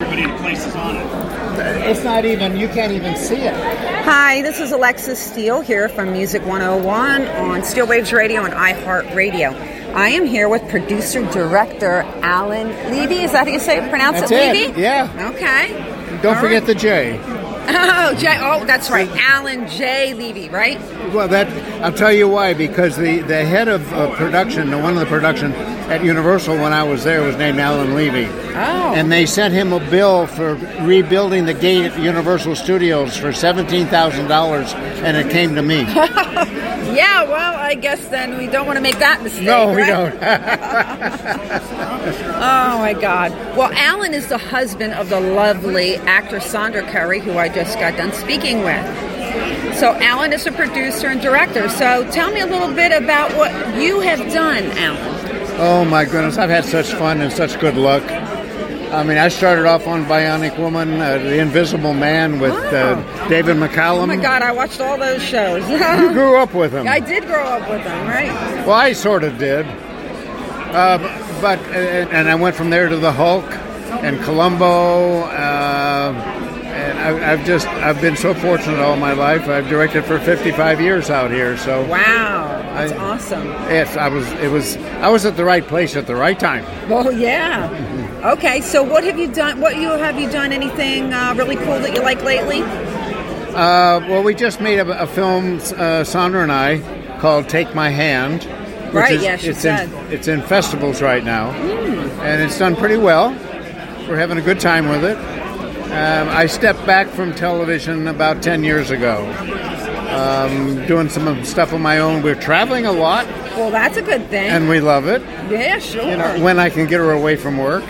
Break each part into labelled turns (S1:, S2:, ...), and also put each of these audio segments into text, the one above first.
S1: everybody in places on it.
S2: It's not even, you can't even see it.
S3: Hi, this is Alexis Steele here from Music 101 on Steel Waves Radio and iHeartRadio. I am here with producer director Alan Levy. Is that how you say pronounce
S2: That's
S3: it?
S2: it,
S3: Levy?
S2: yeah.
S3: Okay.
S2: Don't
S3: All
S2: forget
S3: right.
S2: the J.
S3: Oh, Jay. Oh, that's right. Alan J. Levy, right?
S2: Well, that I'll tell you why. Because the, the head of uh, production, the one of the production at Universal when I was there, was named Alan Levy.
S3: Oh.
S2: And they sent him a bill for rebuilding the gate at Universal Studios for seventeen thousand dollars, and it came to me.
S3: Yeah, well, I guess then we don't want to make that mistake.
S2: no, we
S3: right?
S2: don't.
S3: Oh my God. Well, Alan is the husband of the lovely actor Sandra Curry, who I just got done speaking with. So, Alan is a producer and director. So, tell me a little bit about what you have done, Alan.
S2: Oh my goodness, I've had such fun and such good luck. I mean, I started off on Bionic Woman, uh, The Invisible Man with
S3: Wow.
S2: uh, David McCallum.
S3: Oh my God, I watched all those shows.
S2: You grew up with him.
S3: I did grow up with them, right?
S2: Well, I sort of did, uh, but and, and I went from there to the Hulk and Columbo, uh, and I, I've just I've been so fortunate all my life. I've directed for 55 years out here, so
S3: Wow, that's
S2: I-
S3: awesome.
S2: yes, I was it was I was at the right place at the right time.
S3: Well, yeah. Okay, so what have you done? What you have you done? Anything uh, really cool that you like lately?
S2: Uh, well, we just made a, a film, uh, Sandra and I, called "Take My Hand." which
S3: Right, yeah, she
S2: it's
S3: said. Hmm.
S2: in, it's in festivals right now, and it's done pretty well. We're having a good time with it. Um, I stepped back from television about ten years ago, um, doing some stuff on my own. We're traveling a lot,
S3: Well, that's a good thing.
S2: and we love it.
S3: yeah, sure.
S2: You know, when I can get her away from work.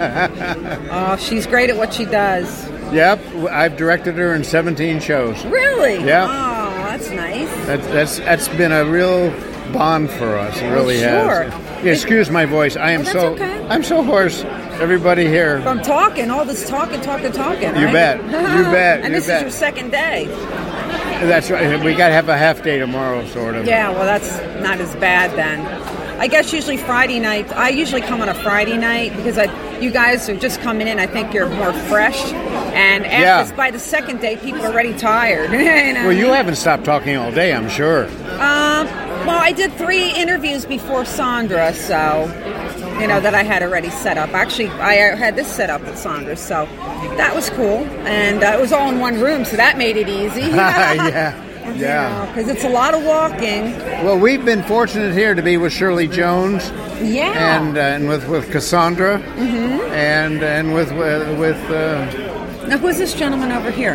S3: Oh, she's great at what she does.
S2: yep, I've directed her in seventeen shows.
S3: Really?
S2: Yeah.
S3: Oh, that's nice.
S2: That, that's that's been a real bond for us. It really
S3: Oh, sure.
S2: has. Excuse my voice. I am
S3: that's
S2: so
S3: okay.
S2: I'm so hoarse. Everybody here.
S3: From talking, all this talking, talking, talking.
S2: You
S3: right?
S2: bet. You bet.
S3: And
S2: You
S3: this
S2: bet.
S3: is your second day.
S2: That's right. We got to have a half day tomorrow, sort of.
S3: Yeah, well, that's not as bad then. I guess usually Friday night, I usually come on a Friday night because I, you guys are just coming in. I think you're more fresh. And after,
S2: Yeah.
S3: by the second day, people are already tired. you know?
S2: Well, you haven't stopped talking all day, I'm sure.
S3: Um, well, I did three interviews before Sandra, so you know that I had already set up. Actually, I had this set up at Sandra, so that was cool, and uh, it was all in one room, so that made it easy.
S2: yeah. Yeah.
S3: because it's a lot of walking.
S2: Well, we've been fortunate here to be with Shirley Jones
S3: Yeah, Mm-hmm.
S2: and uh, and with with Cassandra and and with with, with uh,
S3: now who's this gentleman over here?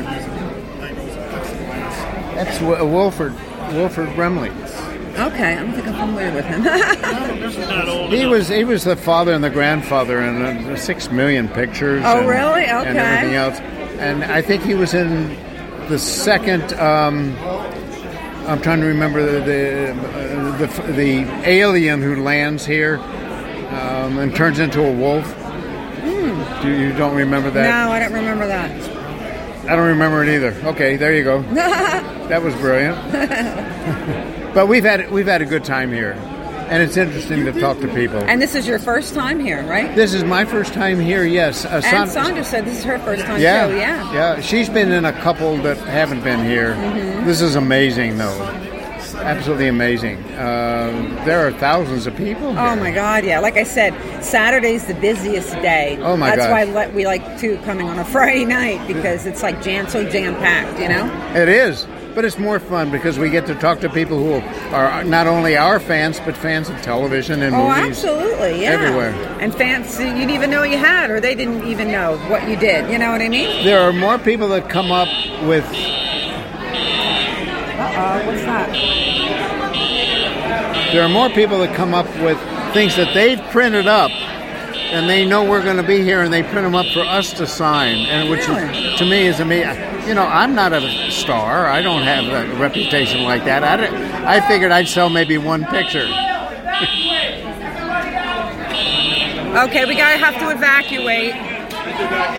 S2: that's w- Wilford Wilford Brimley.
S3: Okay, I don't think I'm familiar with him.
S1: This is not old.
S2: He
S1: enough.
S2: was he was the father and the grandfather in uh, six million pictures.
S3: Oh,
S2: and,
S3: really?
S2: And
S3: Okay.
S2: everything else, and I think he was in the second. Um, I'm trying to remember the the, uh, the f- the alien who lands here um, and turns into a wolf.
S3: Hmm.
S2: Do you don't remember that?
S3: no, I don't remember that.
S2: I don't remember it either. Okay, there you go. that was brilliant. but we've had we've had a good time here, and it's interesting to talk to people.
S3: And this is your first time here, right?
S2: This is my first time here. Yes, uh,
S3: And
S2: San-
S3: Sandra said this is her first time
S2: Yeah,
S3: too. Yeah.
S2: yeah. She's been in a couple that haven't been here.
S3: Mm-hmm.
S2: This is amazing, though. Absolutely amazing. Uh, there are thousands of people.
S3: Oh
S2: here.
S3: my God! Yeah, like I said, Saturday's the busiest day.
S2: Oh, my
S3: That's
S2: gosh.
S3: why li- we like to coming on a Friday night because it's like jam so jam packed, you know.
S2: It is, but it's more fun because we get to talk to people who are not only our fans but fans of television and
S3: Oh,
S2: movies.
S3: absolutely, yeah.
S2: Everywhere.
S3: And fans, you didn't even know you had, or they didn't even know what you did. You know what I mean?
S2: There are more people that come up with
S3: Uh oh, what's that?
S2: There are more people that come up with things that they've printed up and they know we're going to be here and they print them up for us to sign and which
S3: Really?
S2: to me is amazing you know i'm not a star i don't have a reputation like that i, don't- I figured i'd sell maybe one picture
S3: Okay, we gotta have to evacuate.